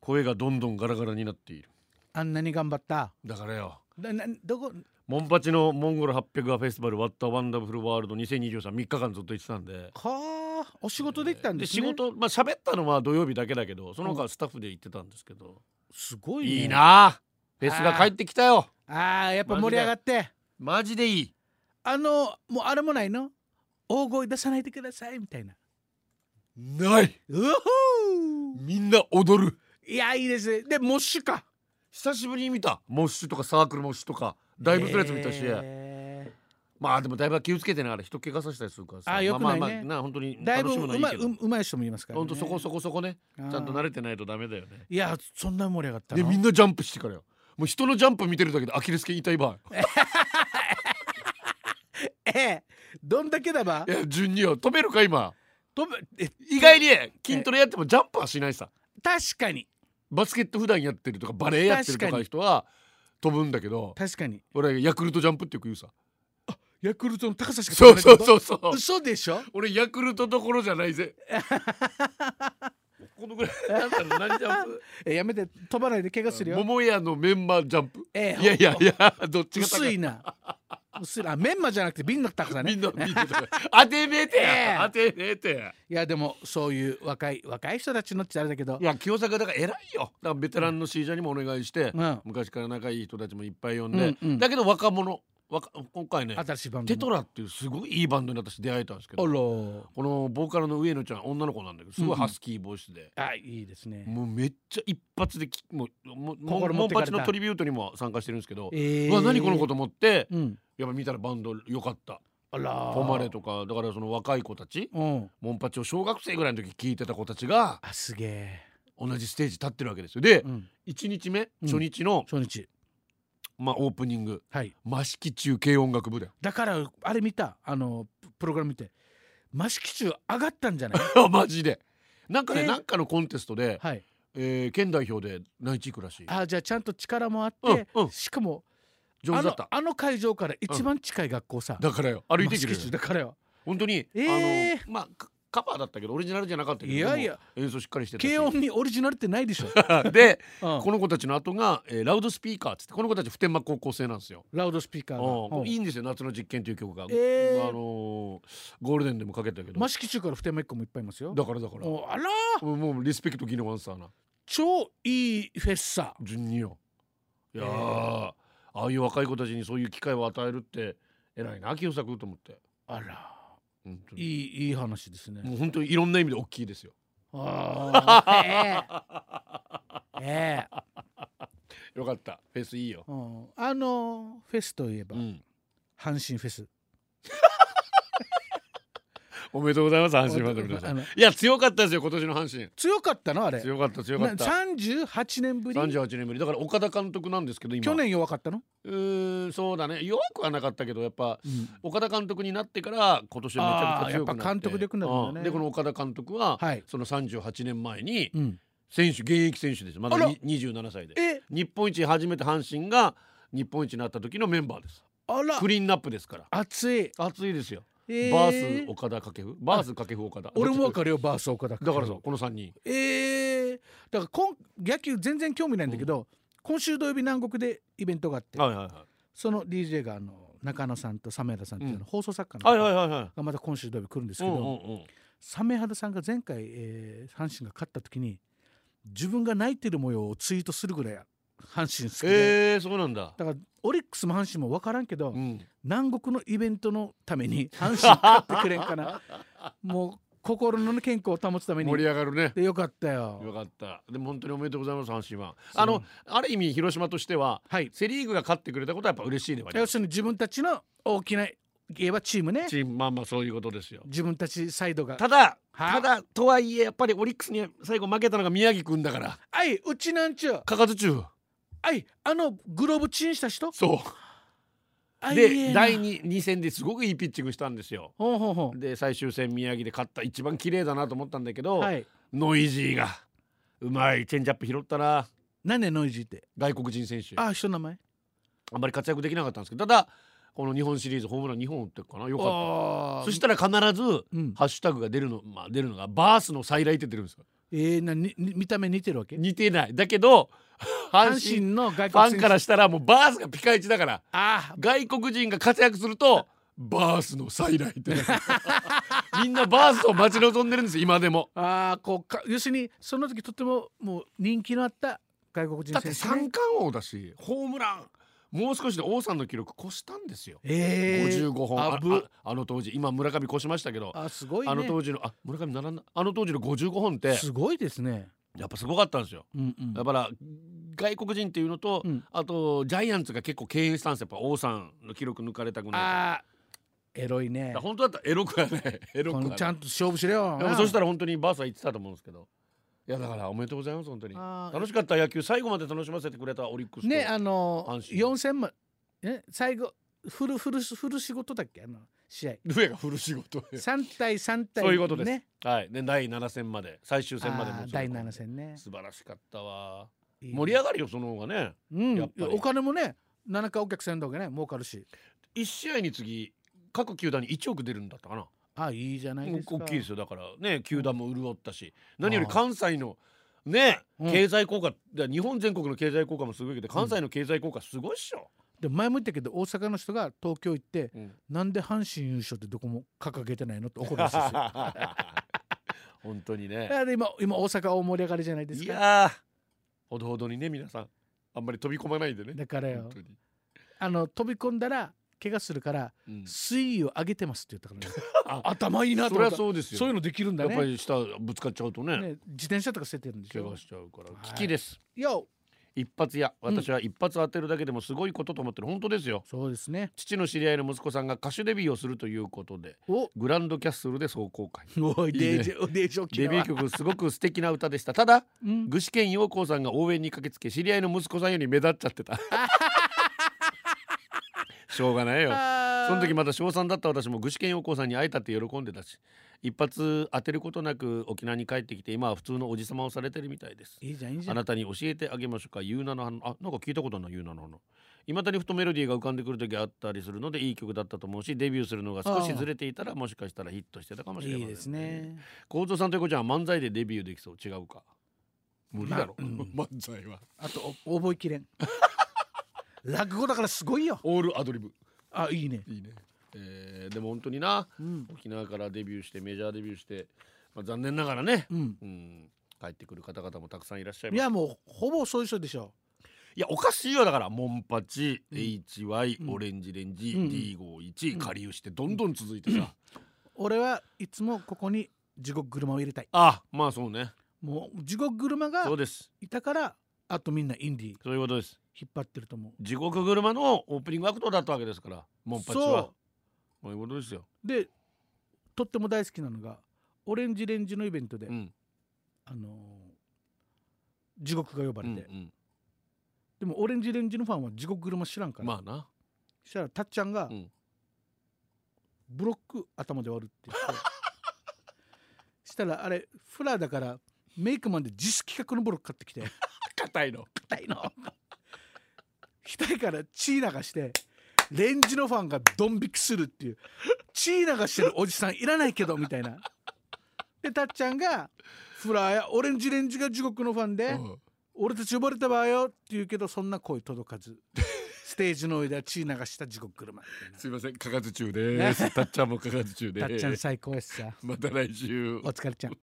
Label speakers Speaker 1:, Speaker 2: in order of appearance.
Speaker 1: 声がどんどんガラガラになっている
Speaker 2: あんなに頑張った
Speaker 1: だからよ
Speaker 2: ななどこ
Speaker 1: モンパチのモンゴル800話フェスティバル「ワッタワンダフルワールド20233日間ずっと行ってたんで
Speaker 2: はあお仕事できたんです、ね、
Speaker 1: 仕事まあ喋ったのは土曜日だけだけどその他はスタッフで行ってたんですけど、
Speaker 2: すごい、ね、
Speaker 1: いいなフェスが帰ってきたよ
Speaker 2: ああやっぱ盛り上がって
Speaker 1: マジでいい
Speaker 2: あのもうあれもないの大声出さないでくださいみたいな
Speaker 1: ない
Speaker 2: おほ
Speaker 1: みんな踊る
Speaker 2: いやいいですねでモッシュか
Speaker 1: 久しぶりに見たモッシュとかサークルモッシュとかだいぶのやつ見たし、
Speaker 2: え
Speaker 1: まあでもだいぶ気をつけてながら人怪我させたりするからさ
Speaker 2: あ良くないね
Speaker 1: まあまあまあな本当に
Speaker 2: ーだいぶ
Speaker 1: 楽しむのはいいうけ
Speaker 2: まい
Speaker 1: ど
Speaker 2: ううまい人もいますから、ね、
Speaker 1: 本当そこそこそこねち
Speaker 2: あー
Speaker 1: ゃんと慣れてないとダメだよね
Speaker 2: いやそんな盛り上がった
Speaker 1: で
Speaker 2: の
Speaker 1: みんなジャンプしてからよもう人のジャンプ見てるだけでアキレス腱痛い場合い
Speaker 2: ええどんだけだば
Speaker 1: や順によ止めるか今
Speaker 2: 飛ぶえ
Speaker 1: 意外にね筋トレやってもジャンプはしないさ
Speaker 2: 確かに
Speaker 1: バスケット普段やってるとかバレエやってると
Speaker 2: 確
Speaker 1: か
Speaker 2: か
Speaker 1: いう
Speaker 2: に
Speaker 1: 人は飛ぶんだけど
Speaker 2: 確かに
Speaker 1: 俺ヤクルトジャンプってよく言うさ
Speaker 2: ヤクルトの高さし か
Speaker 1: そうそう
Speaker 2: う
Speaker 1: そうそう
Speaker 2: 嘘でしょ
Speaker 1: 俺ヤクルトどころじゃない ぜこのぐらいだったら何ジャン プ
Speaker 2: えやめて飛ばないで怪我するよ
Speaker 1: 桃屋のメンマジャンプ
Speaker 2: ええ
Speaker 1: いやいやいやどっちが高
Speaker 2: 薄いな薄いなメンマじゃなくて瓶の高さね
Speaker 1: みんないみんな当て ねえて、
Speaker 2: ええ
Speaker 1: 当てねえて
Speaker 2: やでもそういう若い若い人たちのってあれだけど
Speaker 1: いや清坂だから偉いよだからベテランのシージャーにもお願いして、
Speaker 2: うん
Speaker 1: 昔から仲いい人たちもいっぱい呼んで、
Speaker 2: うんうん
Speaker 1: だけど若者若今回ね
Speaker 2: 新しいバンド
Speaker 1: テ
Speaker 2: も
Speaker 1: トラっていうすごいいいバンドに私出会えたんですけど
Speaker 2: あ
Speaker 1: このボーカルの上野ちゃん女の子なんだけどすごいハスキーボイスで、
Speaker 2: らあいいですね
Speaker 1: もうめっちゃ一発できもうもうもう
Speaker 2: 心
Speaker 1: モ
Speaker 2: 持っ
Speaker 1: ン
Speaker 2: て
Speaker 1: パ
Speaker 2: かれ
Speaker 1: チ
Speaker 2: た
Speaker 1: のトリビュートにも参加してるんですけど、
Speaker 2: え
Speaker 1: うわ何この子と思って
Speaker 2: うん
Speaker 1: やっぱ見たらバンド良かった
Speaker 2: あら
Speaker 1: ポマレとかだからその若い子たち
Speaker 2: うん
Speaker 1: モンパチを小学生ぐらいの時聞いてた子たちが
Speaker 2: あすげえ
Speaker 1: 同じステージ立ってるわけですよで、
Speaker 2: うん
Speaker 1: 1日目
Speaker 2: うん
Speaker 1: 初日の、
Speaker 2: 初日
Speaker 1: まあ、オープニング
Speaker 2: はい
Speaker 1: 益城中継音楽部だよ
Speaker 2: だからあれ見たあのププログラム見て益城中上がったんじ ゃない
Speaker 1: マジでなんかね、
Speaker 2: え
Speaker 1: なんかのコンテストで、
Speaker 2: はい
Speaker 1: えー県代表で内地行くらしい
Speaker 2: あじゃあちゃんと力もあって、
Speaker 1: うんうん
Speaker 2: しかも
Speaker 1: 上手だっ
Speaker 2: あ
Speaker 1: た
Speaker 2: のあの会場から一番近い学校さ、
Speaker 1: だからよ歩いてきてる
Speaker 2: 益城中だからよ
Speaker 1: 本当に、
Speaker 2: えー
Speaker 1: あのまあカカバーだったけどオリジナルじゃなかったけど
Speaker 2: いやいや
Speaker 1: でも演奏しっかりしてたし
Speaker 2: 慶応にオリジナルってない でしょ、
Speaker 1: で
Speaker 2: うん
Speaker 1: この子たちの後が、えーラウドスピーカーっつってこの子たち普天間高校生なんですよ
Speaker 2: ラウドスピーカーが
Speaker 1: う
Speaker 2: うんん
Speaker 1: いいんですよ「夏の実験」という曲が、
Speaker 2: えー
Speaker 1: あのーゴールデンでもかけたけど
Speaker 2: 益城中から普天間一個もいっぱいいますよ
Speaker 1: だからだから
Speaker 2: おあら
Speaker 1: うんもうリスペクトギノワンサーな
Speaker 2: 超いいフェスさ
Speaker 1: 順によいやー、
Speaker 2: えー
Speaker 1: ああいう若い子たちにそういう機会を与えるって偉いな清作と思って
Speaker 2: あら
Speaker 1: 本当
Speaker 2: い
Speaker 1: に
Speaker 2: いいい話ですね
Speaker 1: もう本当にいろんな意味で大きい ですよ
Speaker 2: あ あええええ
Speaker 1: よかったフェスいいよ、
Speaker 2: うんあのフェスといえば
Speaker 1: うん、
Speaker 2: 阪神フェス
Speaker 1: おめでとうございます阪神ファンの皆さ
Speaker 2: あ
Speaker 1: ん
Speaker 2: の
Speaker 1: いや強かったですよ今年の阪神
Speaker 2: 強かったのあれ
Speaker 1: 強かった強か
Speaker 2: な
Speaker 1: った
Speaker 2: 38年ぶり
Speaker 1: 38年ぶりだから岡田監督なんですけど今
Speaker 2: 去年弱かったの、
Speaker 1: うーんそうだね弱くはなかったけどやっぱ岡田監督になってから今年はめちゃくちゃ強くなって
Speaker 2: あーやっぱ監督で行くんだもんね
Speaker 1: うでこの岡田監督は、
Speaker 2: はい
Speaker 1: その38年前に
Speaker 2: うん、
Speaker 1: 選手現役選手ですまだ
Speaker 2: あら
Speaker 1: に27歳で
Speaker 2: え
Speaker 1: 日本一初めて阪神が日本一になった時のメンバーです
Speaker 2: あら
Speaker 1: クリーンナップですから
Speaker 2: 熱い、
Speaker 1: 熱いですよ、
Speaker 2: えー
Speaker 1: バース岡田掛布バース掛布岡田
Speaker 2: 俺もわ
Speaker 1: だ
Speaker 2: かるよバース岡田
Speaker 1: からそうこの3人
Speaker 2: ええだからこん野球全然興味ないんだけど、今週土曜日南国でイベントがあって、
Speaker 1: はいはいは
Speaker 2: その DJ があの中野さんとサメハダさんっていうあの
Speaker 1: うん
Speaker 2: 放送作家
Speaker 1: いはいはい
Speaker 2: の
Speaker 1: はいは
Speaker 2: がまた今週土曜日来るんです
Speaker 1: い
Speaker 2: け
Speaker 1: うん
Speaker 2: ど、
Speaker 1: うんうん
Speaker 2: サメハダさんが前回、えー阪神が勝った時に自分が泣いてる模様をツイートするぐらい阪神好きで、
Speaker 1: えー、そうなんだ
Speaker 2: だからオリックスも阪神も分からんけど、
Speaker 1: うん
Speaker 2: 南国のイベントのた めに阪神勝ってくれんかなもう心の健康を保つために
Speaker 1: 盛り上がるね
Speaker 2: でよかったよ。
Speaker 1: よかった。でも本当におめでとうございます、阪神は。
Speaker 2: そう
Speaker 1: あの、ある意味広島としては、
Speaker 2: はい
Speaker 1: セリーグが勝ってくれたことはやっぱ嬉しいではあり
Speaker 2: 要
Speaker 1: ます。
Speaker 2: するに自分たちの大きな言えばチームね
Speaker 1: チーム、まあまあそういうことですよ。
Speaker 2: 自分たちサイドが
Speaker 1: ただ、
Speaker 2: は
Speaker 1: ただ、とはいえ、やっぱりオリックスに最後負けたのが宮城くんだから。
Speaker 2: 「あいうちなんちゅう
Speaker 1: かかず中。
Speaker 2: あいあのグローブチンした人
Speaker 1: そ
Speaker 2: あ
Speaker 1: う。
Speaker 2: い
Speaker 1: で、第 2,
Speaker 2: 2
Speaker 1: 2戦ですごくいいピッチングしたんですよ。
Speaker 2: ほうほうほ
Speaker 1: で、最終戦宮城で勝った一番綺麗だなと思ったんだけど、
Speaker 2: うはい
Speaker 1: ノイジーが、うまい、チェンジアップ拾ったな。
Speaker 2: 何でノイジーって
Speaker 1: 外国人選手。
Speaker 2: あ人の名前
Speaker 1: あんまり活躍できなかったんですけど、ただ、この日本シリーズホームラン2本打ってるかな。よかった。
Speaker 2: あ
Speaker 1: そしたたら必ず
Speaker 2: うん
Speaker 1: ハッシュタグが出るの、まあ、出るのがバースの再来って出るんですよ。
Speaker 2: えー、なにに見た目似てるわけ
Speaker 1: 似てないだけ ど阪
Speaker 2: 阪
Speaker 1: 神
Speaker 2: 神の外
Speaker 1: ファ
Speaker 2: 国
Speaker 1: ン
Speaker 2: 選手
Speaker 1: からしたらもうバースがピカイチだから
Speaker 2: あ
Speaker 1: 外国人が活躍するとバースの再来ってみんなバースを待ち望んでるんです今でも。
Speaker 2: あああこうか要するにその時とてももう人気のあった外国人
Speaker 1: だって
Speaker 2: 選手、
Speaker 1: 三
Speaker 2: ね、
Speaker 1: 冠王だしホームランもう少しで王さんの記録越したんですよ。
Speaker 2: ええ
Speaker 1: 55本あ
Speaker 2: あぶ
Speaker 1: ああの当時今村上越しましたけど
Speaker 2: あすごいね
Speaker 1: あの当時のあ村上並んだあの当時の55本って
Speaker 2: すごいですね
Speaker 1: やっぱすごかったんですよ。
Speaker 2: うんうん
Speaker 1: だから外国人っていうのと、
Speaker 2: うん
Speaker 1: あとジャイアンツが結構敬遠したんですよやっぱ王さんの記録抜かれたくない
Speaker 2: あーエロいね
Speaker 1: から本当だったらエロくはねエロく
Speaker 2: こ
Speaker 1: は
Speaker 2: の
Speaker 1: ね
Speaker 2: ちゃんと勝負しろよ
Speaker 1: でもそした
Speaker 2: ら
Speaker 1: ら本当にバースは言ってたと思うんですけどいやだからおめでとうございます本当に
Speaker 2: あー
Speaker 1: 楽しかった野球最後まで楽しませてくれたオリックスと
Speaker 2: ねあの
Speaker 1: 阪神
Speaker 2: 4戦もえ最後フルフルフル仕事だっけあの試合
Speaker 1: ルエがフル仕事
Speaker 2: 3対3対
Speaker 1: そういうことです
Speaker 2: ね
Speaker 1: はいで第7戦まで最終戦まで
Speaker 2: あ
Speaker 1: も
Speaker 2: ー第7戦ね
Speaker 1: 素晴らしかったわ
Speaker 2: いい
Speaker 1: 盛り上がるよその方がね
Speaker 2: うん
Speaker 1: やっぱり
Speaker 2: お金もね7回お客さんの方がね儲かるし
Speaker 1: 1試合につき各球団に1億出るんだったかな
Speaker 2: あいいじゃないですか
Speaker 1: 大きいですよだからね球団も潤ったし、何より
Speaker 2: ああ
Speaker 1: 関西のね、
Speaker 2: うん
Speaker 1: 経済効果だ日本全国の経済効果もすごいけど関西の経済効果すごいっしょ、
Speaker 2: でも前も言ったけど大阪の人が東京行って
Speaker 1: うん
Speaker 2: なんで阪神優勝ってどこも掲げてないのって怒るんですよ だか
Speaker 1: 本当にね
Speaker 2: ら今今大阪大盛り上がりじゃないです
Speaker 1: い
Speaker 2: か
Speaker 1: やーほどほどにね皆さんあんまり飛び込まないでね
Speaker 2: だからよ
Speaker 1: 本当に、
Speaker 2: あの飛び込んだら怪我するから
Speaker 1: うん
Speaker 2: 水位を上げてますって言ったからね
Speaker 1: あ
Speaker 2: 頭いいな
Speaker 1: そ
Speaker 2: と
Speaker 1: り
Speaker 2: 思っ
Speaker 1: ゃ
Speaker 2: た
Speaker 1: そうですよ
Speaker 2: そういうのできるんだ
Speaker 1: やっぱ
Speaker 2: ね
Speaker 1: り下ぶつかっちゃうとね
Speaker 2: ね自転車とか捨ててるんでし
Speaker 1: 怪
Speaker 2: ょ
Speaker 1: 我しちゃうから
Speaker 2: はい
Speaker 1: 危機です、
Speaker 2: いや
Speaker 1: 一発や
Speaker 2: うん
Speaker 1: 私は一発当てるだけでもすごいことと思ってる本当ですよ
Speaker 2: そうですね
Speaker 1: 父の知り合いの息子さんが歌手デビューをするということで
Speaker 2: お
Speaker 1: グランドキャッスルで総公開
Speaker 2: おい
Speaker 1: いいね
Speaker 2: デージョデージョ
Speaker 1: デビュー
Speaker 2: ー
Speaker 1: 曲すごく素敵な歌でしたただ
Speaker 2: うん
Speaker 1: 具志堅陽光さんが応援に駆けつけ知り合いの息子さんより目立っちゃって たしょうがないよ
Speaker 2: あ
Speaker 1: そ
Speaker 2: ー
Speaker 1: の時まだ小3だった私も具志堅陽光さんに会えたって喜んでたし一発当てることなく沖縄に帰ってきて今は普通のおじさまをされてるみたいです
Speaker 2: いいじゃんいいじゃ
Speaker 1: あ
Speaker 2: ん
Speaker 1: なたに教えてあげましょうか。ゆうなの花あなんか聞いたことないゆうなの花。いまだにふとメロディーが浮かんでくる時あったりするのでいい曲だったと思うしデビューするのが少しずれていたらもしかしたらヒットしてたかもしれません
Speaker 2: いいですね
Speaker 1: 構造さんとゆこちゃんは漫才でデビューできそう違うか無理だろ、
Speaker 2: まあう ん
Speaker 1: 漫才は
Speaker 2: あとお覚えきれ ん落語だからすごいよ
Speaker 1: オールアドリブ
Speaker 2: あいいね
Speaker 1: いいね、えーでも本当にな
Speaker 2: うん
Speaker 1: 沖縄からデビューしてメジャーデビューして、まあ、残念ながらね、
Speaker 2: うん
Speaker 1: うん、帰ってくる方々もたくさんいらっしゃい
Speaker 2: い
Speaker 1: ます
Speaker 2: やもうほぼそういう人でしょ
Speaker 1: いやおかしいよだからモンパチ、
Speaker 2: うん
Speaker 1: HY、
Speaker 2: うん
Speaker 1: オレンジレンジ、
Speaker 2: うん
Speaker 1: D51、
Speaker 2: うん
Speaker 1: かりゆしってどんどん続いてさ、
Speaker 2: 俺はいつもここに地獄車を入れたい
Speaker 1: あまあそうね
Speaker 2: もう地獄車が
Speaker 1: そうです
Speaker 2: いたからあとみんなインディー
Speaker 1: そういうことです
Speaker 2: 引っ張ってると思う
Speaker 1: 地獄車のオープニングアクトだったわけですからモンパチは
Speaker 2: そ
Speaker 1: そういうことですよ、
Speaker 2: うでとっても大好きなのがオレンジレンジのイベントで、
Speaker 1: うん
Speaker 2: あのー地獄が呼ば
Speaker 1: う
Speaker 2: れ
Speaker 1: ん
Speaker 2: て、
Speaker 1: うん
Speaker 2: でもオレンジレンジのファンは地獄車知らんから、
Speaker 1: まあな
Speaker 2: そしたらたっちゃんが、
Speaker 1: うん
Speaker 2: ブロック頭で割るって 言ってしたらあれフラーだからメイクマンで実企画のブロック買ってきて
Speaker 1: 硬いの
Speaker 2: 痛いの額から血流してレンジのファンがドン引きするっていう血流してるおじさんいらないけどみたいなでたっちゃんがフラーやオレンジレンジが地獄のファンで、
Speaker 1: うん
Speaker 2: 俺たち呼ばれたわよって言うけどそんな声届かずステージの上では血流した地獄車み
Speaker 1: すいませんかかず中ですたっちゃんもかかず中
Speaker 2: たいなたっ
Speaker 1: で
Speaker 2: ちゃん
Speaker 1: す
Speaker 2: 最高ですさ
Speaker 1: また来週
Speaker 2: お疲れちゃん